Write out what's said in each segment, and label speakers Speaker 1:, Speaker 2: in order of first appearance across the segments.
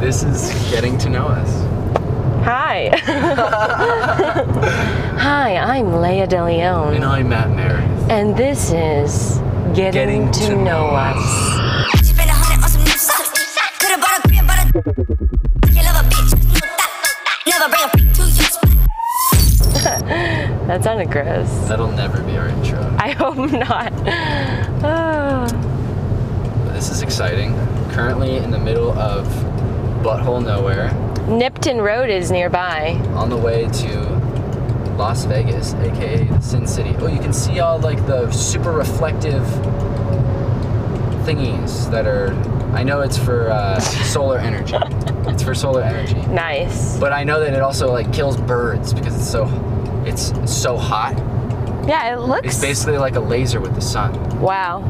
Speaker 1: This is getting to know us.
Speaker 2: Hi. Hi, I'm Leia De Leon.
Speaker 1: And I'm Matt Mary.
Speaker 2: And this is Getting,
Speaker 1: Getting
Speaker 2: to,
Speaker 1: to
Speaker 2: Know
Speaker 1: Know
Speaker 2: Us.
Speaker 3: Spend a hundred on some new stuff. Could've bought a crib, but a can't love a bitch. No thought. Never bring a freak to you.
Speaker 2: That sounded gross.
Speaker 1: That'll never be our intro.
Speaker 2: I hope not. Ah,
Speaker 1: This is exciting. Currently in the middle of butthole nowhere,
Speaker 2: Nipton Road is nearby.
Speaker 1: on the way to Las Vegas, aka the Sin City. Oh, you can see all like the super reflective thingies that are. I know it's for uh, solar energy. It's for solar energy.
Speaker 2: Nice.
Speaker 1: But I know that it also like kills birds because it's so it's so hot.
Speaker 2: Yeah, it looks.
Speaker 1: It's basically like a laser with the sun.
Speaker 2: wow.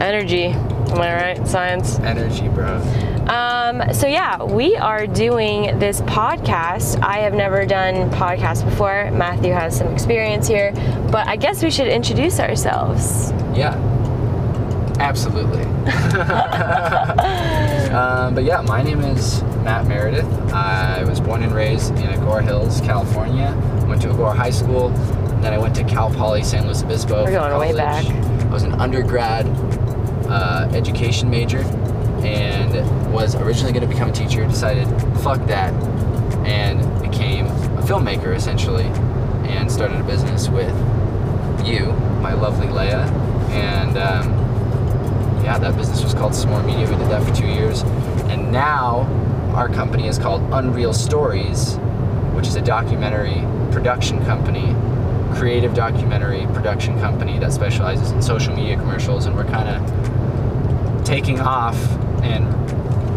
Speaker 2: Energy. Am I right? Science.
Speaker 1: Energy, bro.
Speaker 2: Um, so yeah, we are doing this podcast. I have never done podcasts before. Matthew has some experience here, but I guess we should introduce ourselves.
Speaker 1: Yeah. Absolutely. um, but yeah, my name is Matt Meredith. I was born and raised in Agora Hills, California. Went to Agora High School. Then I went to Cal Poly San Luis Obispo.
Speaker 2: We're going
Speaker 1: for
Speaker 2: way
Speaker 1: college. I was an undergrad uh, education major and was originally going to become a teacher. Decided, fuck that, and became a filmmaker essentially, and started a business with you, my lovely Leia, and. Um, yeah, that business was called S'more Media. We did that for two years. And now our company is called Unreal Stories, which is a documentary production company, creative documentary production company that specializes in social media commercials. And we're kind of taking off and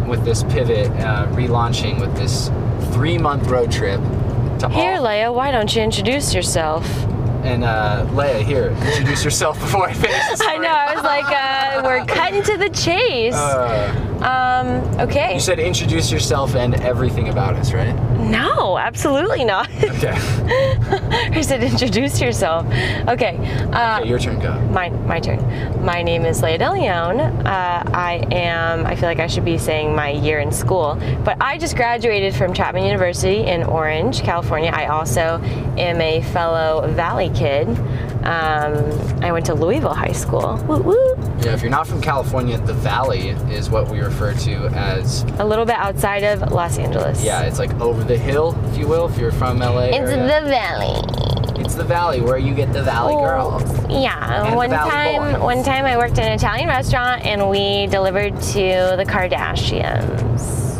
Speaker 1: with this pivot, uh, relaunching with this three month road trip to
Speaker 2: Here,
Speaker 1: all.
Speaker 2: Leia, why don't you introduce yourself?
Speaker 1: and uh, Leia, here, introduce yourself before I finish this.
Speaker 2: I know, I was like, uh, we're cutting to the chase.
Speaker 1: Uh,
Speaker 2: um, okay.
Speaker 1: you said introduce yourself and everything about us, right?
Speaker 2: No, absolutely not.
Speaker 1: Okay.
Speaker 2: I said introduce yourself. Okay. Uh,
Speaker 1: Okay, your turn, go.
Speaker 2: my, my turn. My name is Leia DeLeon. Uh, I am, I feel like I should be saying my year in school, but I just graduated from Chapman University in Orange, California. I also am a fellow Valley kid. Um, I went to Louisville High School. Woo woo.
Speaker 1: Yeah, if you're not from California, the Valley is what we refer to as.
Speaker 2: A little bit outside of Los Angeles.
Speaker 1: Yeah, it's like over the hill, if you will, if you're from LA.
Speaker 2: It's
Speaker 1: area.
Speaker 2: the Oh. Valley.
Speaker 1: it's the Valley where you get the Valley girls.
Speaker 2: Yeah,
Speaker 1: And
Speaker 2: one
Speaker 1: Valley
Speaker 2: time,
Speaker 1: Boys.
Speaker 2: one time I worked in an Italian restaurant and we delivered to the Kardashians.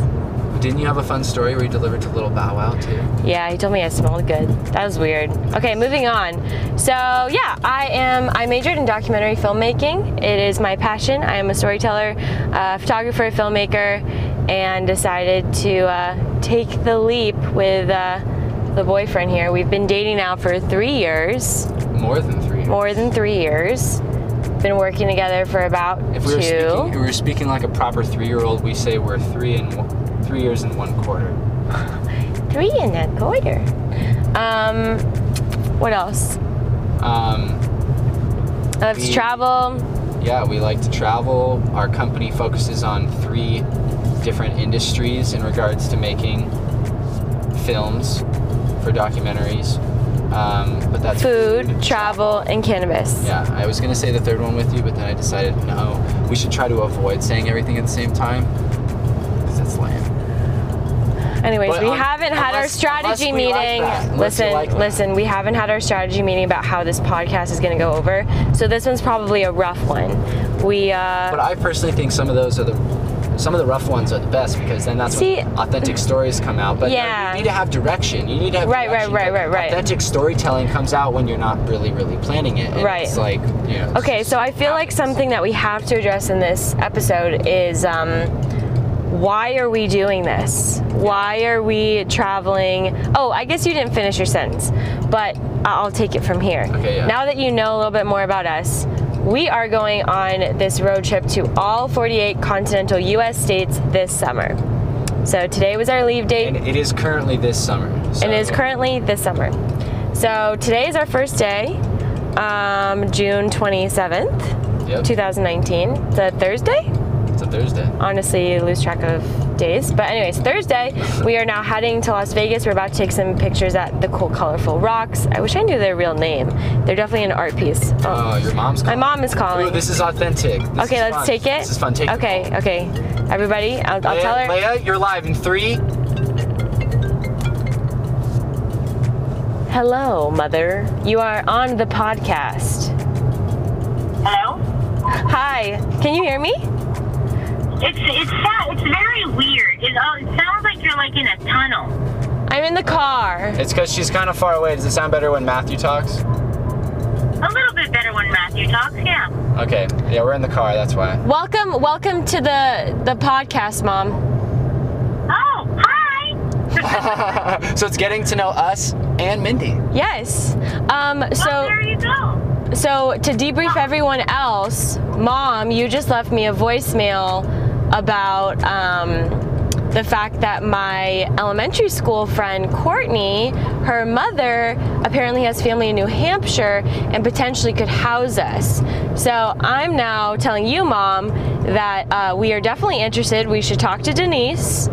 Speaker 1: Didn't you have a fun story where you delivered to Little Bow Wow too?
Speaker 2: Yeah, he told me I smelled good. That was weird. Okay, moving on. So yeah, I am. I majored in documentary filmmaking. It is my passion. I am a storyteller, uh, photographer, filmmaker, and decided to uh, take the leap with uh, the boyfriend here. We've been dating now for three years,
Speaker 1: More than three.
Speaker 2: more than three years. Been working together for about
Speaker 1: If we were,
Speaker 2: two.
Speaker 1: speaking, if we were speaking like a proper three-year-old, we say we're three and one, three years and one quarter.
Speaker 2: Three and a quarter. Um, what else?
Speaker 1: Um,
Speaker 2: I love to
Speaker 1: We-
Speaker 2: travel.
Speaker 1: yeah, we like to travel. Our company focuses on three different industries in regards to making films for documentaries. Um, but that's
Speaker 2: food, travel, and cannabis.
Speaker 1: Yeah, I was gonna say the third one with you, but then I decided no, we should try to avoid saying everything at the same time. 'cause that's lame.
Speaker 2: Anyways,
Speaker 1: But
Speaker 2: we
Speaker 1: un-
Speaker 2: haven't had our
Speaker 1: unless-
Speaker 2: strategy
Speaker 1: unless we like
Speaker 2: meeting.
Speaker 1: that, unless you
Speaker 2: listen,
Speaker 1: like that.
Speaker 2: listen, we haven't had our strategy meeting about how this podcast is going to go over. So this one's probably a rough one. We
Speaker 1: But
Speaker 2: uh,
Speaker 1: I personally think some of those are the some of the rough ones are the best because then that's
Speaker 2: See-
Speaker 1: when authentic stories come out. But no,
Speaker 2: Yeah.
Speaker 1: you need to have direction. You need to have
Speaker 2: Right, right,
Speaker 1: direction,
Speaker 2: right,
Speaker 1: but
Speaker 2: right, right.
Speaker 1: Authentic storytelling comes out when you're not really, really planning it. and
Speaker 2: Right.
Speaker 1: It's like you know. it's
Speaker 2: okay.
Speaker 1: just-
Speaker 2: So I feel like something that we have to address in this episode is um, why are we doing this? Why are we traveling? Oh, I guess you didn't finish your sentence, but I- I'll take it from here.
Speaker 1: Okay, yeah.
Speaker 2: Now that you know a little bit more about us, we are going on this road trip to all 48 continental U.S. states this summer. So today was our leave date,
Speaker 1: And it is currently this summer. So
Speaker 2: and it is currently this summer. So today is our first day, um, June 27th.
Speaker 1: Yep,
Speaker 2: 2019. It's a Thursday?
Speaker 1: it's a Thursday.
Speaker 2: honestly lose track of days. But anyways, Thursday we are now heading to Las Vegas. We're about to take some pictures at the cool, colorful rocks. I wish I knew their real name. They're definitely an art piece.
Speaker 1: Oh, your mom's
Speaker 2: my
Speaker 1: calling.
Speaker 2: mom is calling.
Speaker 1: Ooh, this is authentic. This
Speaker 2: okay,
Speaker 1: is
Speaker 2: let's
Speaker 1: fun.
Speaker 2: take it.
Speaker 1: This is fun. Take the
Speaker 2: okay,
Speaker 1: poll.
Speaker 2: okay. Everybody, I'll, I'll
Speaker 1: Leia,
Speaker 2: tell her.
Speaker 1: Leia, you're live in three.
Speaker 2: Hello, mother. You are on the podcast.
Speaker 4: Hello?
Speaker 2: Hi, can you hear me?
Speaker 4: It's it's sad. It's very weird. It, uh, it sounds like you're like in a tunnel.
Speaker 2: I'm in the car.
Speaker 1: It's because she's kind of far away. Does it sound better when Matthew talks?
Speaker 4: A little bit better when Matthew talks. Yeah.
Speaker 1: Okay. Yeah, we're in the car. That's why.
Speaker 2: Welcome, welcome to the the podcast, mom.
Speaker 4: Oh, hi.
Speaker 1: so it's getting to know us and Mindy.
Speaker 2: Yes. Um. So.
Speaker 4: oh, there you go.
Speaker 2: So, to debrief everyone else, mom, you just left me a voicemail about um, the fact that my elementary school friend Courtney, her mother, apparently has family in New Hampshire and potentially could house us. So, I'm now telling you, mom, that uh, we are definitely interested. We should talk to Denise.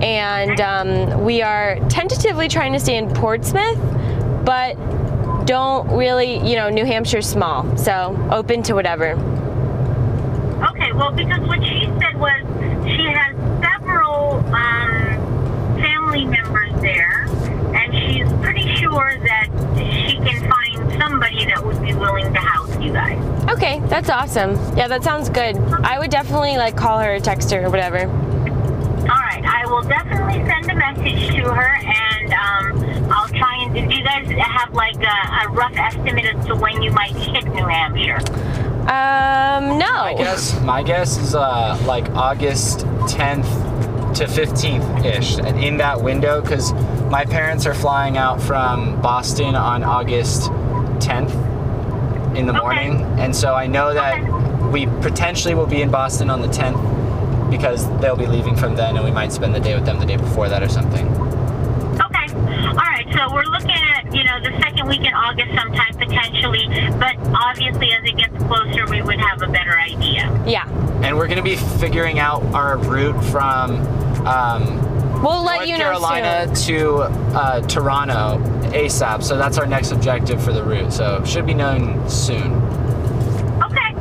Speaker 2: And um, we are tentatively trying to stay in Portsmouth, but don't really, you know, New Hampshire's small, so open to whatever.
Speaker 4: Okay. Well, because what she said was she has several um, family members there, and she's pretty sure that she can find somebody that would be willing to house you guys.
Speaker 2: Okay, that's awesome. Yeah, that sounds good. I would definitely like call her or text her or whatever.
Speaker 4: All right, I will definitely send a message to her, and um, I'll try and. Do you guys have like a, a rough estimate as to when you might hit New Hampshire?
Speaker 2: Um,
Speaker 1: I
Speaker 2: no.
Speaker 1: guess my guess is uh, like August 10th to 15th ish, and in that window, because my parents are flying out from Boston on August 10th in the
Speaker 4: Okay.
Speaker 1: morning, and so I know that we potentially will be in Boston on the 10th because they'll be leaving from then, and we might spend the day with them the day before that or something.
Speaker 4: Okay. All right. So we're looking at you know the second week in August sometime potentially, but obviously as it gets closer, we would have a better idea.
Speaker 2: Yeah.
Speaker 1: And we're gonna be figuring out our route from. Um,
Speaker 2: We'll let
Speaker 1: North
Speaker 2: you know
Speaker 1: Carolina
Speaker 2: soon.
Speaker 1: to uh, Toronto ASAP. So that's our next objective for the route. So should be known soon.
Speaker 4: Okay.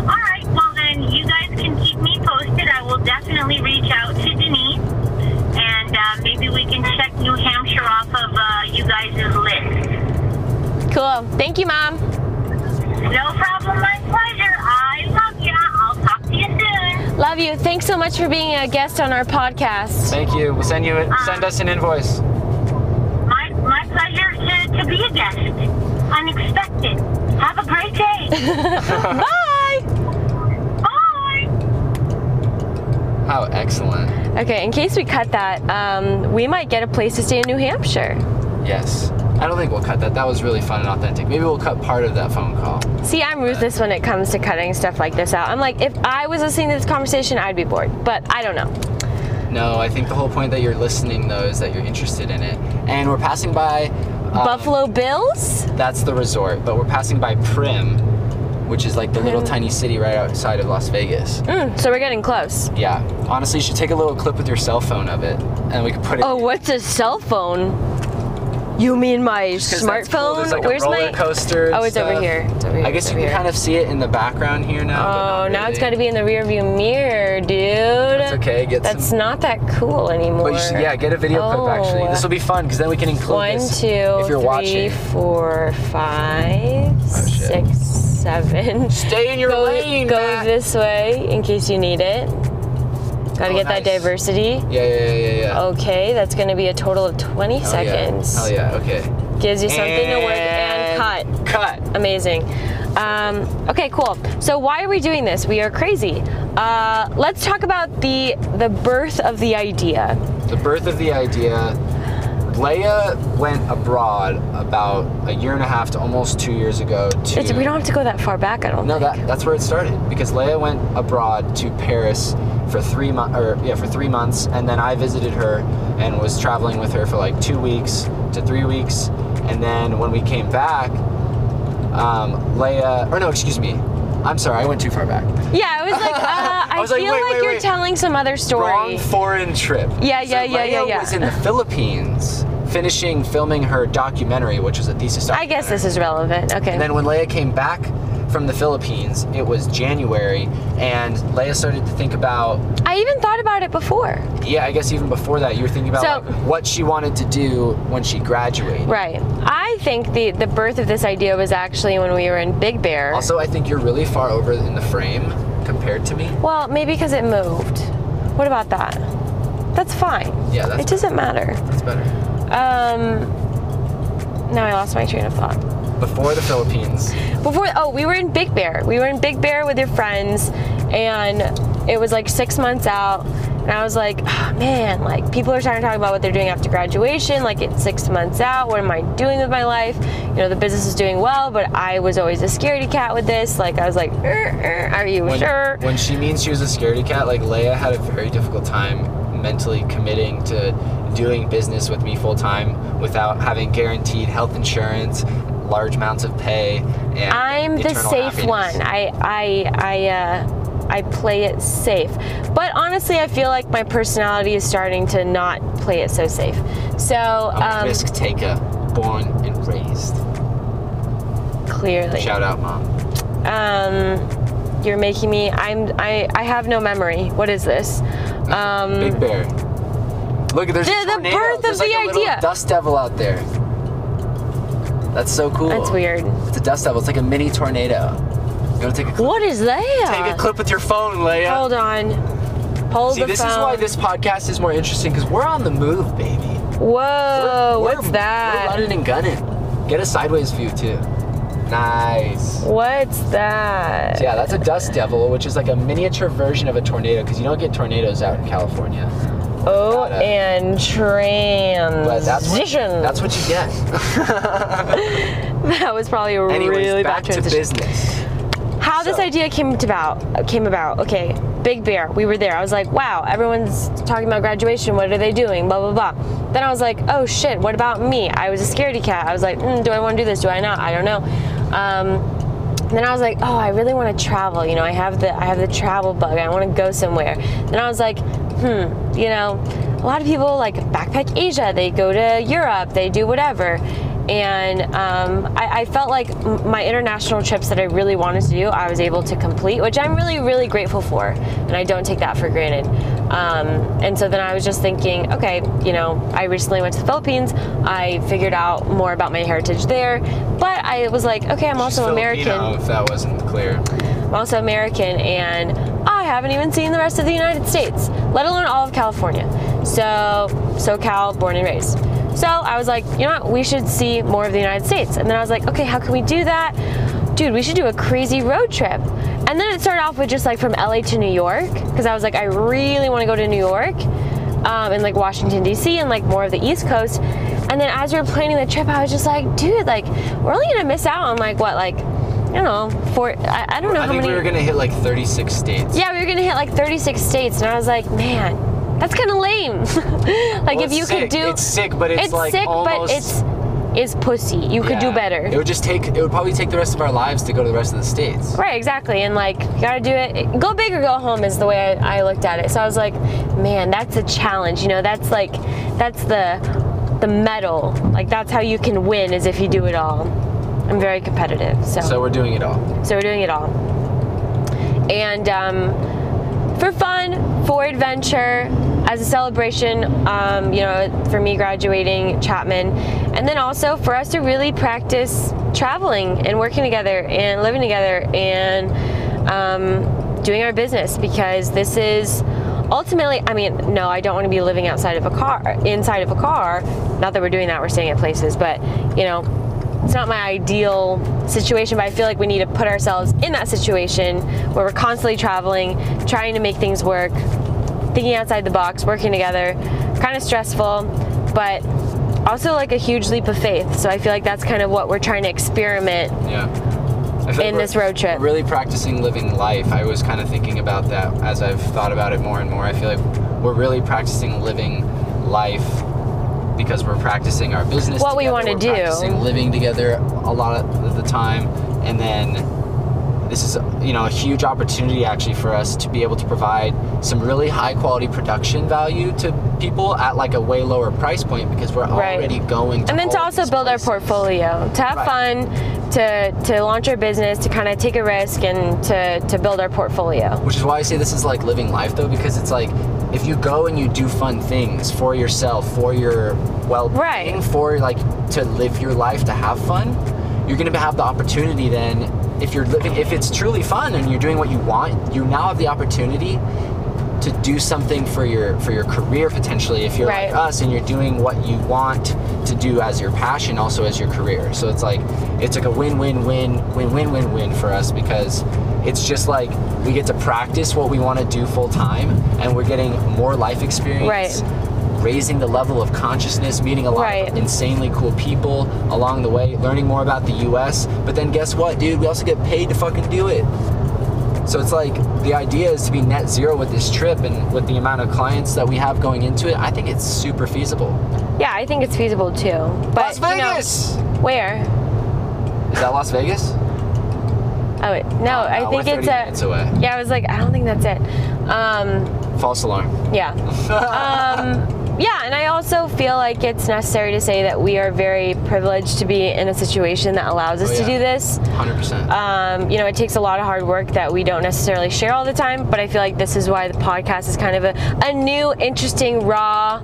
Speaker 4: All right. Well then, you guys can keep me posted. I will definitely reach out to Denise, and uh, maybe we can check New Hampshire off of uh, you guys' list.
Speaker 2: Cool. Thank you, mom.
Speaker 4: No problem, my pleasure. I love ya. I'll talk to you soon.
Speaker 2: Love you. Thanks so much for being a guest on our podcast.
Speaker 1: Thank you. We'll send you send us
Speaker 2: Um,
Speaker 1: an invoice.
Speaker 4: My my pleasure to, to be a guest. Unexpected. Have a great day.
Speaker 2: Bye.
Speaker 4: Bye.
Speaker 1: How excellent.
Speaker 2: Okay. In case we cut that, um, we might get a place to stay in New Hampshire.
Speaker 1: Yes. I don't think we'll cut that. That was really fun and authentic. Maybe we'll cut part of that phone call.
Speaker 2: See, I'm ruthless when it comes to cutting stuff like this out. I'm like, if I was listening to this conversation, I'd be bored. But I don't know.
Speaker 1: No, I think the whole point that you're listening though is that you're interested in it. And we're passing by um,
Speaker 2: Buffalo Bills?
Speaker 1: That's the resort, but we're passing by Prim, which is like the little tiny city right outside of Las Vegas.
Speaker 2: Mm, so we're getting close.
Speaker 1: Yeah. Honestly, you should take a little clip with your cell phone of it, and we could put it.
Speaker 2: Oh, what's a cell phone? You mean my
Speaker 1: 'Cause that's cool.
Speaker 2: smartphone?
Speaker 1: There's, like, a
Speaker 2: Where's
Speaker 1: roller
Speaker 2: my
Speaker 1: coaster? and
Speaker 2: Oh, it's over
Speaker 1: stuff.
Speaker 2: here. It's over here.
Speaker 1: I guess
Speaker 2: It's
Speaker 1: you
Speaker 2: over
Speaker 1: can
Speaker 2: here.
Speaker 1: kind of see it in the background here now. but
Speaker 2: Oh,
Speaker 1: not
Speaker 2: now it's got
Speaker 1: really.
Speaker 2: to be in the rearview mirror, dude. That's
Speaker 1: okay, get
Speaker 2: That's
Speaker 1: some-
Speaker 2: not that cool anymore.
Speaker 1: But you should, yeah, get a video clip actually.
Speaker 2: Oh.
Speaker 1: This will be fun because then we can include
Speaker 2: One,
Speaker 1: this
Speaker 2: two,
Speaker 1: if you're
Speaker 2: three,
Speaker 1: watching. Oh,
Speaker 2: four, five,
Speaker 1: shit.
Speaker 2: six, seven.
Speaker 1: Stay in your
Speaker 2: go,
Speaker 1: lane.
Speaker 2: go
Speaker 1: Matt.
Speaker 2: this way in case you need it. Gotta
Speaker 1: Oh,
Speaker 2: get that
Speaker 1: nice.
Speaker 2: diversity.
Speaker 1: Yeah, yeah, yeah, yeah. yeah.
Speaker 2: Okay, that's gonna be a total of 20
Speaker 1: Hell yeah.
Speaker 2: oh, seconds.
Speaker 1: Hell yeah. Okay.
Speaker 2: Gives you something to work and cut.
Speaker 1: Cut.
Speaker 2: Amazing. Um, okay, cool. So why are we doing this? We are crazy. Uh, let's talk about the the birth of the idea.
Speaker 1: the birth of the idea. Leia went abroad about a year and a half to almost two years ago to.
Speaker 2: It's, we don't have to go that far back. I don't.
Speaker 1: No,
Speaker 2: think.
Speaker 1: that, that's where it started because Leia went abroad to Paris for three months, or yeah, for three months, and then I visited her and was traveling with her for like two weeks to three weeks, and then when we came back, um, Leia, or no, excuse me, I'm sorry, I went too far back.
Speaker 2: Yeah, I was like, uh, I,
Speaker 1: I was like,
Speaker 2: feel
Speaker 1: wait,
Speaker 2: like
Speaker 1: wait,
Speaker 2: you're
Speaker 1: wait.
Speaker 2: telling some other story.
Speaker 1: Wrong foreign trip.
Speaker 2: Yeah, yeah,
Speaker 1: so
Speaker 2: yeah, yeah,
Speaker 1: Leia
Speaker 2: yeah.
Speaker 1: was in the Philippines finishing filming her documentary, which was a thesis
Speaker 2: I guess this
Speaker 1: documentary.
Speaker 2: is relevant. Okay.
Speaker 1: And then when Leia came back from the Philippines, it was January, and Leia started to think about
Speaker 2: I even thought about it before.
Speaker 1: yeah, I guess even before that, you were thinking about
Speaker 2: So-
Speaker 1: like, what she wanted to do when she graduated.
Speaker 2: Right. I think the the birth of this idea was actually when we were in Big Bear.
Speaker 1: Also, I think you're really far over in the frame compared to me.
Speaker 2: well, maybe because it moved. What about that? That's fine.
Speaker 1: Yeah, that's
Speaker 2: it doesn't matter.
Speaker 1: That's better.
Speaker 2: Um. Now I lost my train of thought.
Speaker 1: Before the Philippines,
Speaker 2: Before, oh, we were in Big Bear. We were in Big Bear with your friends, and it was like six months out. And I was like, oh, man, like people are starting to talk about what they're doing after graduation. Like it's six months out. What am I doing with my life? You know, the business is doing well, but I was always a scaredy cat with this. Like I was like, "Er, er, are you
Speaker 1: when,
Speaker 2: sure?
Speaker 1: when she means she was a scaredy cat, like Leia had a very difficult time mentally committing to doing business with me full time without having guaranteed health insurance, large amounts of pay, and
Speaker 2: I'm the
Speaker 1: eternal
Speaker 2: safe
Speaker 1: happiness.
Speaker 2: one. I I I uh, I play it safe. But honestly, I feel like my personality is starting to not play it so safe. So
Speaker 1: I'm
Speaker 2: um,
Speaker 1: a risk taker, born and raised.
Speaker 2: clearly,
Speaker 1: Shout out, mom.
Speaker 2: um, you're making me. I'm I I have no memory. What is this? Um,
Speaker 1: Big Bear. Look, there's a
Speaker 2: The- the
Speaker 1: tornado.
Speaker 2: birth of
Speaker 1: There's like
Speaker 2: the
Speaker 1: a little
Speaker 2: idea.
Speaker 1: Dust devil out there. That's so cool.
Speaker 2: that's weird.
Speaker 1: It's a dust devil. It's like a mini tornado. Go take a clip.
Speaker 2: What is that?
Speaker 1: Take a clip with your phone, Leia.
Speaker 2: Hold on. Hold
Speaker 1: See,
Speaker 2: the
Speaker 1: this
Speaker 2: phone.
Speaker 1: is why this podcast is more interesting because we're on the move, baby.
Speaker 2: Whoa!
Speaker 1: We're-
Speaker 2: Oh, what's that?
Speaker 1: We're running and gunning. Get a sideways view too. Nice.
Speaker 2: What's that?
Speaker 1: So yeah, that's a dust devil, which is like a miniature version of a tornado because you don't get tornadoes out in California.
Speaker 2: Oh,
Speaker 1: Got it.
Speaker 2: and
Speaker 1: But that's what,
Speaker 2: transition.
Speaker 1: that's what you get.
Speaker 2: that was probably a
Speaker 1: Anyways,
Speaker 2: really
Speaker 1: back
Speaker 2: bad
Speaker 1: to
Speaker 2: transition.
Speaker 1: business.
Speaker 2: How this
Speaker 1: So-
Speaker 2: idea came about? Came about? Okay, Big Bear. We were there. I was like, wow, everyone's talking about graduation. What are they doing? Blah blah blah. Then I was like, oh shit, what about me? I was a scaredy cat. I was like, mm, do I want to do this? Do I not? I don't know. Um, and then I was like, oh, I really want to travel. You know, I have the I have the travel bug. I want to go somewhere. Then I was like, hmm, you know, a lot of people like backpack Asia. They go to Europe. They do whatever. And um, I, I felt like m- my international trips that I really wanted to do, I was able to complete, which I'm really, really grateful for. And I don't take that for granted. Um, and so then I was just thinking, okay, you know, I recently went to the Philippines. I figured out more about my heritage there. But I was like, okay, I'm also American.
Speaker 1: Filipino, If that wasn't clear.
Speaker 2: I'm also American, and I haven't even seen the rest of the United States, let alone all of California. So, SoCal, born and raised. So I was like, you know what? We should see more of the United States. And then I was like, okay, how can we do that? Dude, we should do a crazy road trip. And then it started off with just like from LA to New York, because I was like, I really want to go to New York um, in like Washington D.C. and like more of the East Coast. And then as we were planning the trip, I was just like, dude, like we're only gonna miss out on like what like I don't know four. I, I don't know
Speaker 1: I
Speaker 2: how
Speaker 1: think
Speaker 2: many.
Speaker 1: we were gonna hit like 36 states.
Speaker 2: yeah, we were gonna hit like 36 states, and I was like, man, that's kind of lame. like
Speaker 1: Well,
Speaker 2: if
Speaker 1: it's
Speaker 2: you
Speaker 1: sick.
Speaker 2: could do
Speaker 1: It's sick, but it's, like
Speaker 2: sick,
Speaker 1: almost-
Speaker 2: but it's is pussy. You could do
Speaker 1: Yeah.
Speaker 2: better.
Speaker 1: It would just take. It would probably take the rest of our lives to go to the rest of the states.
Speaker 2: Right, exactly. And like, you gotta do it. Go big or go home is the way I, I looked at it. So I was like, man, that's a challenge. You know, that's like, that's the the medal. Like, that's how you can win is if you do it all. I'm very competitive.
Speaker 1: So we're doing it all.
Speaker 2: So we're doing it all. And um, for fun, for adventure, as a celebration, um, you know, for me graduating Chapman, and then also for us to really practice traveling and working together and living together and um, doing our business because this is ultimately, I mean, no, I don't want to be living outside of a car, inside of a car. Not that we're doing that, we're staying at places, but, you know, it's not my ideal situation, but I feel like we need to put ourselves in that situation where we're constantly traveling, trying to make things work, thinking outside the box, working together. Kind of stressful, but also like a huge leap of faith. So I feel like that's kind of what we're trying to experiment.
Speaker 1: Yeah. I feel like
Speaker 2: In
Speaker 1: we're-
Speaker 2: this road trip.
Speaker 1: we're really practicing living life. I was kind of thinking about that as I've thought about it more and more. I feel like we're really practicing living life because we're practicing our business.
Speaker 2: What we
Speaker 1: together,
Speaker 2: wanna
Speaker 1: we're
Speaker 2: do.
Speaker 1: Practicing living together a lot of the time, and then this is you know a huge opportunity actually for us to be able to provide some really high quality production value to people at like a way lower price point because we're
Speaker 2: Right.
Speaker 1: already going to
Speaker 2: and then to
Speaker 1: all
Speaker 2: also
Speaker 1: these
Speaker 2: build our
Speaker 1: places.
Speaker 2: portfolio to have
Speaker 1: Right.
Speaker 2: fun to, to launch our business to kind of take a risk and to, to build our portfolio
Speaker 1: Which is why I say this is like living life though, because it's like if you go and you do fun things for yourself, for your well being,
Speaker 2: Right.
Speaker 1: for like to live your life, to have fun, you're gonna have the opportunity then if you're living if it's truly fun and you're doing what you want, you now have the opportunity to do something for your for your career potentially if you're
Speaker 2: Right.
Speaker 1: like us and you're doing what you want to do as your passion also as your career so it's like it's like a win-win-win win-win-win-win for us because it's just like we get to practice what we want to do full time and we're getting more life experience
Speaker 2: Right.
Speaker 1: raising the level of consciousness meeting a lot
Speaker 2: Right.
Speaker 1: of insanely cool people along the way learning more about the US but then guess what dude we also get paid to fucking do it so it's like the idea is to be net zero with this trip and with the amount of clients that we have going into it. I think it's super feasible.
Speaker 2: yeah i think it's feasible too but
Speaker 1: Las
Speaker 2: you know,
Speaker 1: Vegas.
Speaker 2: where
Speaker 1: Is that Las Vegas?
Speaker 2: oh wait, no
Speaker 1: Uh,
Speaker 2: i
Speaker 1: we're
Speaker 2: think
Speaker 1: 30
Speaker 2: it's a
Speaker 1: minutes away.
Speaker 2: yeah i was like i don't think that's it um,
Speaker 1: False alarm.
Speaker 2: yeah um, yeah and i also feel like it's necessary to say that we are very privileged to be in a situation that allows us
Speaker 1: Oh,
Speaker 2: to
Speaker 1: yeah.
Speaker 2: do this
Speaker 1: Hundred percent.
Speaker 2: um, you know, it takes a lot of hard work that we don't necessarily share all the time, but I feel like this is why the podcast is kind of a, a new, interesting, raw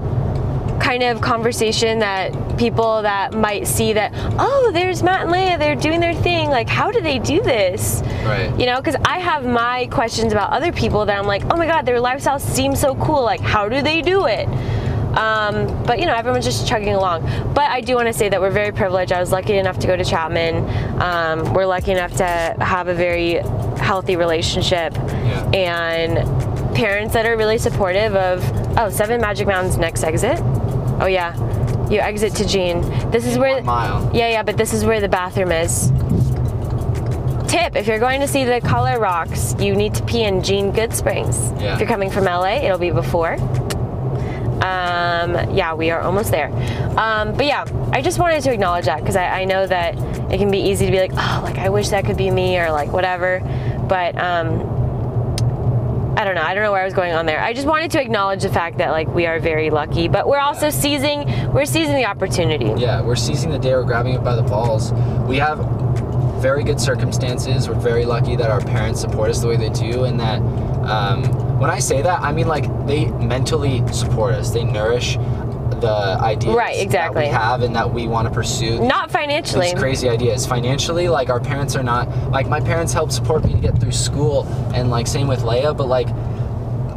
Speaker 2: kind of conversation that people that might see that, oh, there's Matt and Leah, they're doing their thing. Like, how do they do this?
Speaker 1: Right.
Speaker 2: You know, because I have my questions about other people that I'm like, oh my God, their lifestyle seems so cool. Like, how do they do it? Um, but you know, everyone's just chugging along. But I do want to say that we're very privileged. I was lucky enough to go to Chapman. Um, we're lucky enough to have a very healthy relationship
Speaker 1: Yeah.
Speaker 2: and parents that are really supportive of, oh, Seven Magic Mountains next exit. Oh, yeah. You exit to Jean. This is where.
Speaker 1: One mile.
Speaker 2: Yeah, yeah, but this is where the bathroom is. Tip if you're going to see the Color Rocks, you need to pee in Jean Good Springs.
Speaker 1: Yeah.
Speaker 2: If you're coming from LA, it'll be before. Um, yeah, we are almost there. Um, but yeah, I just wanted to acknowledge that because I, I know that it can be easy to be like, oh, like I wish that could be me or like whatever. But um, I don't know. I don't know where I was going on there. I just wanted to acknowledge the fact that like we are very lucky, but we're also seizing we're seizing the opportunity.
Speaker 1: Yeah, we're seizing the day. We're grabbing it by the balls. We have very good circumstances. We're very lucky that our parents support us the way they do, and that um, when I say that, I mean like they mentally support us. They nourish the ideas
Speaker 2: Right, exactly.
Speaker 1: that we have and that we want to pursue.
Speaker 2: Not financially.
Speaker 1: these crazy ideas financially like our parents are not like my parents helped support me to get through school and like same with leia but like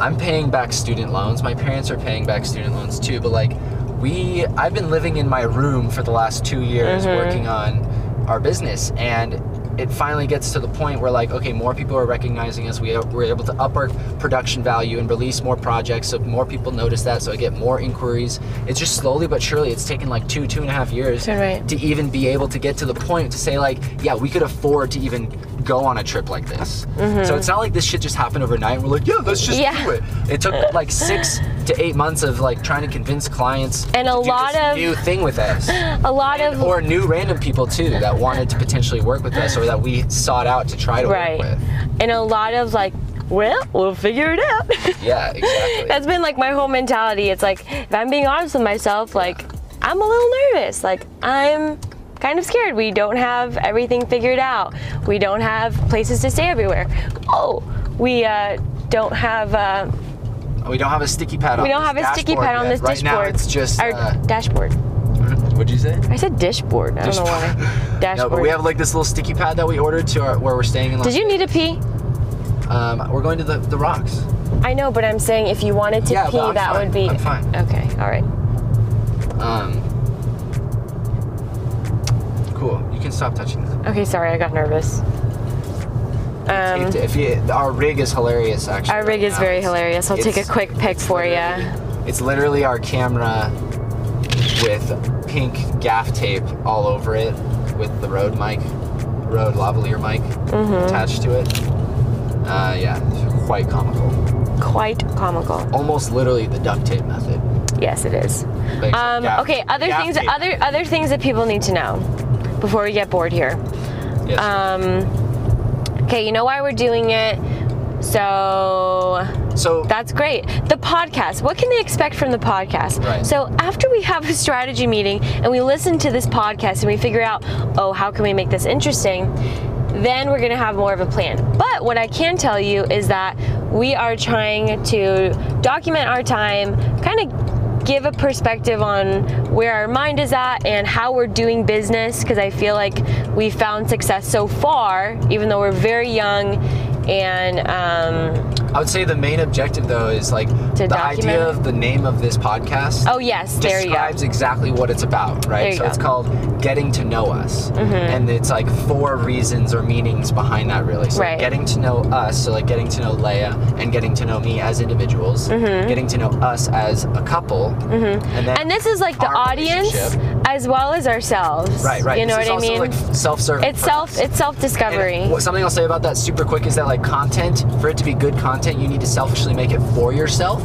Speaker 1: i'm paying back student loans my parents are paying back student loans too but like we i've been living in my room for the last two years working on our business and it finally gets to the point where like okay more people are recognizing us we are, we're able to up our production value and release more projects so more people notice that so i get more inquiries it's just slowly but surely it's taken like two two and a half years
Speaker 2: You're right.
Speaker 1: to even be able to get to the point to say like yeah we could afford to even go on a trip like this so it's not like this shit just happened overnight and we're like yeah let's just
Speaker 2: Yeah.
Speaker 1: do it it took like six to eight months of like trying to convince clients
Speaker 2: And a
Speaker 1: to do
Speaker 2: lot
Speaker 1: this
Speaker 2: of-
Speaker 1: new thing with us
Speaker 2: a lot of
Speaker 1: or new random people too that wanted to potentially work with us or that we sought out to try to
Speaker 2: right
Speaker 1: work with
Speaker 2: and a lot of like well we'll figure it out
Speaker 1: yeah exactly
Speaker 2: that's been like my whole mentality it's like if i'm being honest with myself like i'm a little nervous like i'm kind of scared we don't have everything figured out we don't have places to stay everywhere oh we uh, don't have uh,
Speaker 1: we don't have a sticky pad on
Speaker 2: we don't
Speaker 1: this
Speaker 2: have a sticky
Speaker 1: dashboard
Speaker 2: pad on
Speaker 1: yet.
Speaker 2: this
Speaker 1: right
Speaker 2: dashboard
Speaker 1: now it's just
Speaker 2: our
Speaker 1: uh,
Speaker 2: dashboard
Speaker 1: what'd you say
Speaker 2: i said dishboard i don't know why dashboard
Speaker 1: no but we have like this little sticky pad that we ordered to our, where we're staying in Las
Speaker 2: did you need a pee
Speaker 1: Um, we're going to the, the rocks.
Speaker 2: I know, but I'm saying if you wanted to
Speaker 1: Yeah, but
Speaker 2: pee,
Speaker 1: I'm
Speaker 2: that
Speaker 1: fine.
Speaker 2: would be.
Speaker 1: I'm fine.
Speaker 2: Okay, all right.
Speaker 1: Um, cool. You can stop touching them.
Speaker 2: Okay, sorry, I got nervous. Um,
Speaker 1: If- if you, our rig is hilarious, actually.
Speaker 2: our
Speaker 1: right
Speaker 2: rig is
Speaker 1: now.
Speaker 2: very hilarious. I'll take a
Speaker 1: it's-
Speaker 2: quick pic for you.
Speaker 1: Literally- It's literally our camera with pink gaff tape all over it, with the Rode mic, Rode lavalier mic
Speaker 2: Mm-hmm.
Speaker 1: attached to it. Uh, yeah, it's quite comical.
Speaker 2: Quite comical.
Speaker 1: Almost literally the duct tape method.
Speaker 2: Yes, it is.
Speaker 1: But it's
Speaker 2: Um,
Speaker 1: gaff-
Speaker 2: okay, other
Speaker 1: gaff
Speaker 2: things,
Speaker 1: tape.
Speaker 2: other other um, things that people need to know before we get bored here.
Speaker 1: Yes.
Speaker 2: Um, okay, you know why we're doing it. So
Speaker 1: So
Speaker 2: that's great. The podcast. What can they expect from the podcast?
Speaker 1: Right.
Speaker 2: So after we have a strategy meeting and we listen to this podcast and we figure out, oh, how can we make this interesting? Then we're gonna have more of a plan. But what I can tell you is that we are trying to document our time, kind of give a perspective on where our mind is at and how we're doing business because I feel like we found success so far, even though we're very young and um,
Speaker 1: I would say the main objective though is like the
Speaker 2: document
Speaker 1: idea
Speaker 2: it.
Speaker 1: of the name of this podcast.
Speaker 2: Oh yes, there you go.
Speaker 1: describes exactly what it's about, right?
Speaker 2: There you
Speaker 1: so
Speaker 2: go. Mm-hmm.
Speaker 1: it's called Getting to Know Us. And it's like four reasons or meanings behind that, really. So
Speaker 2: Right.
Speaker 1: getting to know us, so like getting to know Leia and getting to know me as individuals, getting to know us as a couple, and then.
Speaker 2: Mm-hmm. And this is like the
Speaker 1: our
Speaker 2: audience
Speaker 1: relationship.
Speaker 2: as well as ourselves.
Speaker 1: Right, right.
Speaker 2: You know
Speaker 1: This
Speaker 2: what
Speaker 1: is
Speaker 2: I
Speaker 1: also,
Speaker 2: mean?
Speaker 1: Like self-serving.
Speaker 2: it's
Speaker 1: for
Speaker 2: self
Speaker 1: us.
Speaker 2: it's self
Speaker 1: And
Speaker 2: discovery.
Speaker 1: what- something I'll say about that super quick is that like content, for it to be good content, you need to selfishly make it for yourself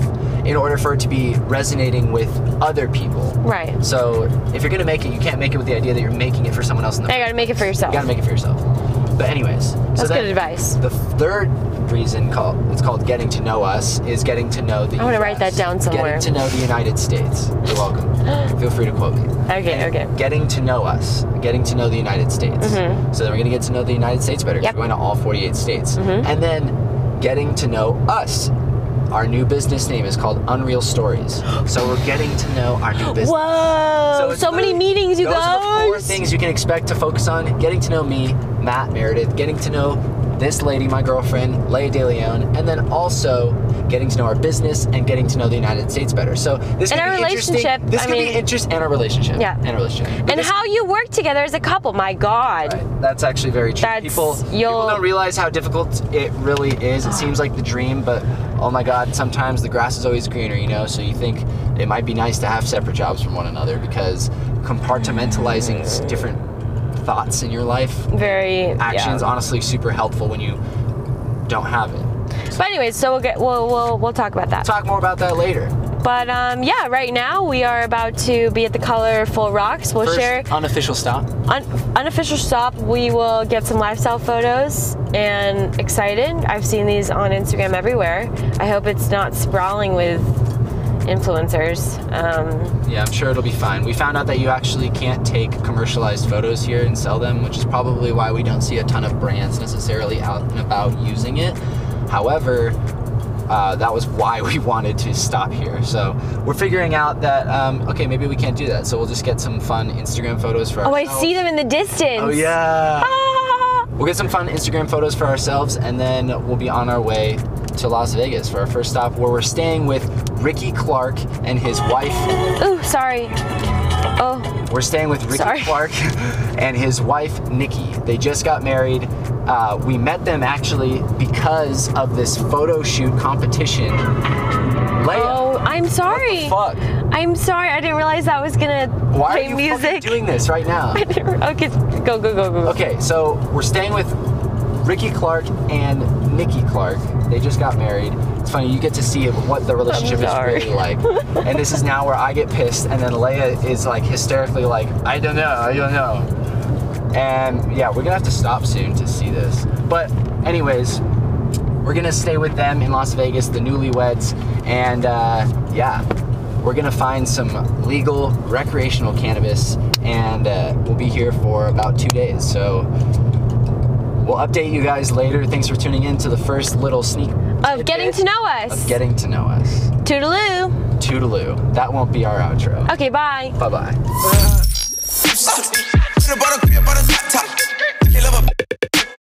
Speaker 1: in order for it to be resonating with other people.
Speaker 2: Right.
Speaker 1: So if you're gonna make it, you can't make it with the idea that you're making it for someone else in the
Speaker 2: I gotta make it for yourself.
Speaker 1: you gotta make it for yourself. But anyways, so
Speaker 2: That's
Speaker 1: then
Speaker 2: good advice.
Speaker 1: The third reason called it's called getting to know us is getting to know the.
Speaker 2: I'm gonna write
Speaker 1: US.
Speaker 2: that down somewhere.
Speaker 1: Getting to know the United States. You're welcome. Feel free to quote me
Speaker 2: okay, okay.
Speaker 1: getting to know us, getting to know the United States. So then we're gonna get to know the United States better. 'cause
Speaker 2: Mm-hmm. Yep. Mm-hmm.
Speaker 1: We're going to all 48 states, and then getting to know us. Our new business name is called Unreal Stories. So we're getting to know our new business.
Speaker 2: Whoa! Um, So,
Speaker 1: it's
Speaker 2: many
Speaker 1: literally-
Speaker 2: meetings, you
Speaker 1: those
Speaker 2: guys.
Speaker 1: Are the four things you can expect to focus on: getting to know me, Matt Meredith, getting to know this lady, my girlfriend, Leah DeLeon, and then also getting to know our business and getting to know the United States better. So this
Speaker 2: And
Speaker 1: could
Speaker 2: our
Speaker 1: be
Speaker 2: relationship,
Speaker 1: Interesting. This
Speaker 2: I
Speaker 1: could
Speaker 2: mean-
Speaker 1: be interest and our relationship.
Speaker 2: Yeah.
Speaker 1: and a relationship. But
Speaker 2: and
Speaker 1: this-
Speaker 2: how you work together as a couple. My God.
Speaker 1: Right. That's actually very true.
Speaker 2: That's-
Speaker 1: people, people
Speaker 2: you'll-
Speaker 1: don't realize how difficult it really is. It seems like the dream, but oh my God, sometimes the grass is always greener, you know? So you think it might be nice to have separate jobs from one another because compartmentalizing s- different thoughts in your life,
Speaker 2: Very
Speaker 1: actions,
Speaker 2: yeah.
Speaker 1: honestly, super helpful when you don't have it.
Speaker 2: But anyways, so we'll get we'll we'll, we'll talk about that.
Speaker 1: Talk more about that later.
Speaker 2: But um, yeah, right now we are about to be at the Colorful Rocks. We'll
Speaker 1: First
Speaker 2: share
Speaker 1: unofficial stop.
Speaker 2: Un- unofficial stop, we will get some lifestyle photos and excited. I've seen these on Instagram everywhere. I hope it's not sprawling with influencers. Um,
Speaker 1: Yeah, I'm sure it'll be fine. We found out that you actually can't take commercialized photos here and sell them, which is probably why we don't see a ton of brands necessarily out and about using it. However, uh, that was why we wanted to stop here. So we're figuring out that um, okay, maybe we can't do that. So we'll just get some fun Instagram photos for
Speaker 2: oh, I
Speaker 1: ourselves.
Speaker 2: see them in the distance.
Speaker 1: Oh yeah.
Speaker 2: Ah!
Speaker 1: We'll get some fun Instagram photos for ourselves, and then we'll be on our way to Las Vegas for our first stop, where we're staying with Ricky Clark and his wife
Speaker 2: Ooh, sorry. Oh,
Speaker 1: We're staying with Ricky
Speaker 2: Sorry.
Speaker 1: Clark and his wife Nikki. They just got married. Uh, we met them actually because of this photo shoot competition. Leia,
Speaker 2: oh, I'm sorry.
Speaker 1: fuck.
Speaker 2: I'm sorry. I didn't realize that was gonna
Speaker 1: Why
Speaker 2: play
Speaker 1: are you fucking
Speaker 2: music.
Speaker 1: doing this right now?
Speaker 2: okay, go, go, go, go, go.
Speaker 1: Okay, so we're staying with Ricky Clark and Nikki Clark. They just got married. It's funny, you get to see what the relationship is
Speaker 2: sorry.
Speaker 1: really like. and this is now where I get pissed, and then Leia is like hysterically like, I don't know, I don't know. And yeah, we're gonna have to stop soon to see this. But, anyways, we're gonna stay with them in Las Vegas, the newlyweds, and uh, yeah, we're gonna find some legal recreational cannabis, and uh, we'll be here for about two days. So we'll update you guys later. Thanks for tuning in to the first little sneak
Speaker 2: Of Oh, getting to
Speaker 1: tidbit
Speaker 2: know us.
Speaker 1: of getting to know us.
Speaker 2: Toodaloo. Oh.
Speaker 1: Toodaloo. That won't be our outro.
Speaker 2: Okay, bye.
Speaker 1: Bye bye.
Speaker 5: Coulda bought a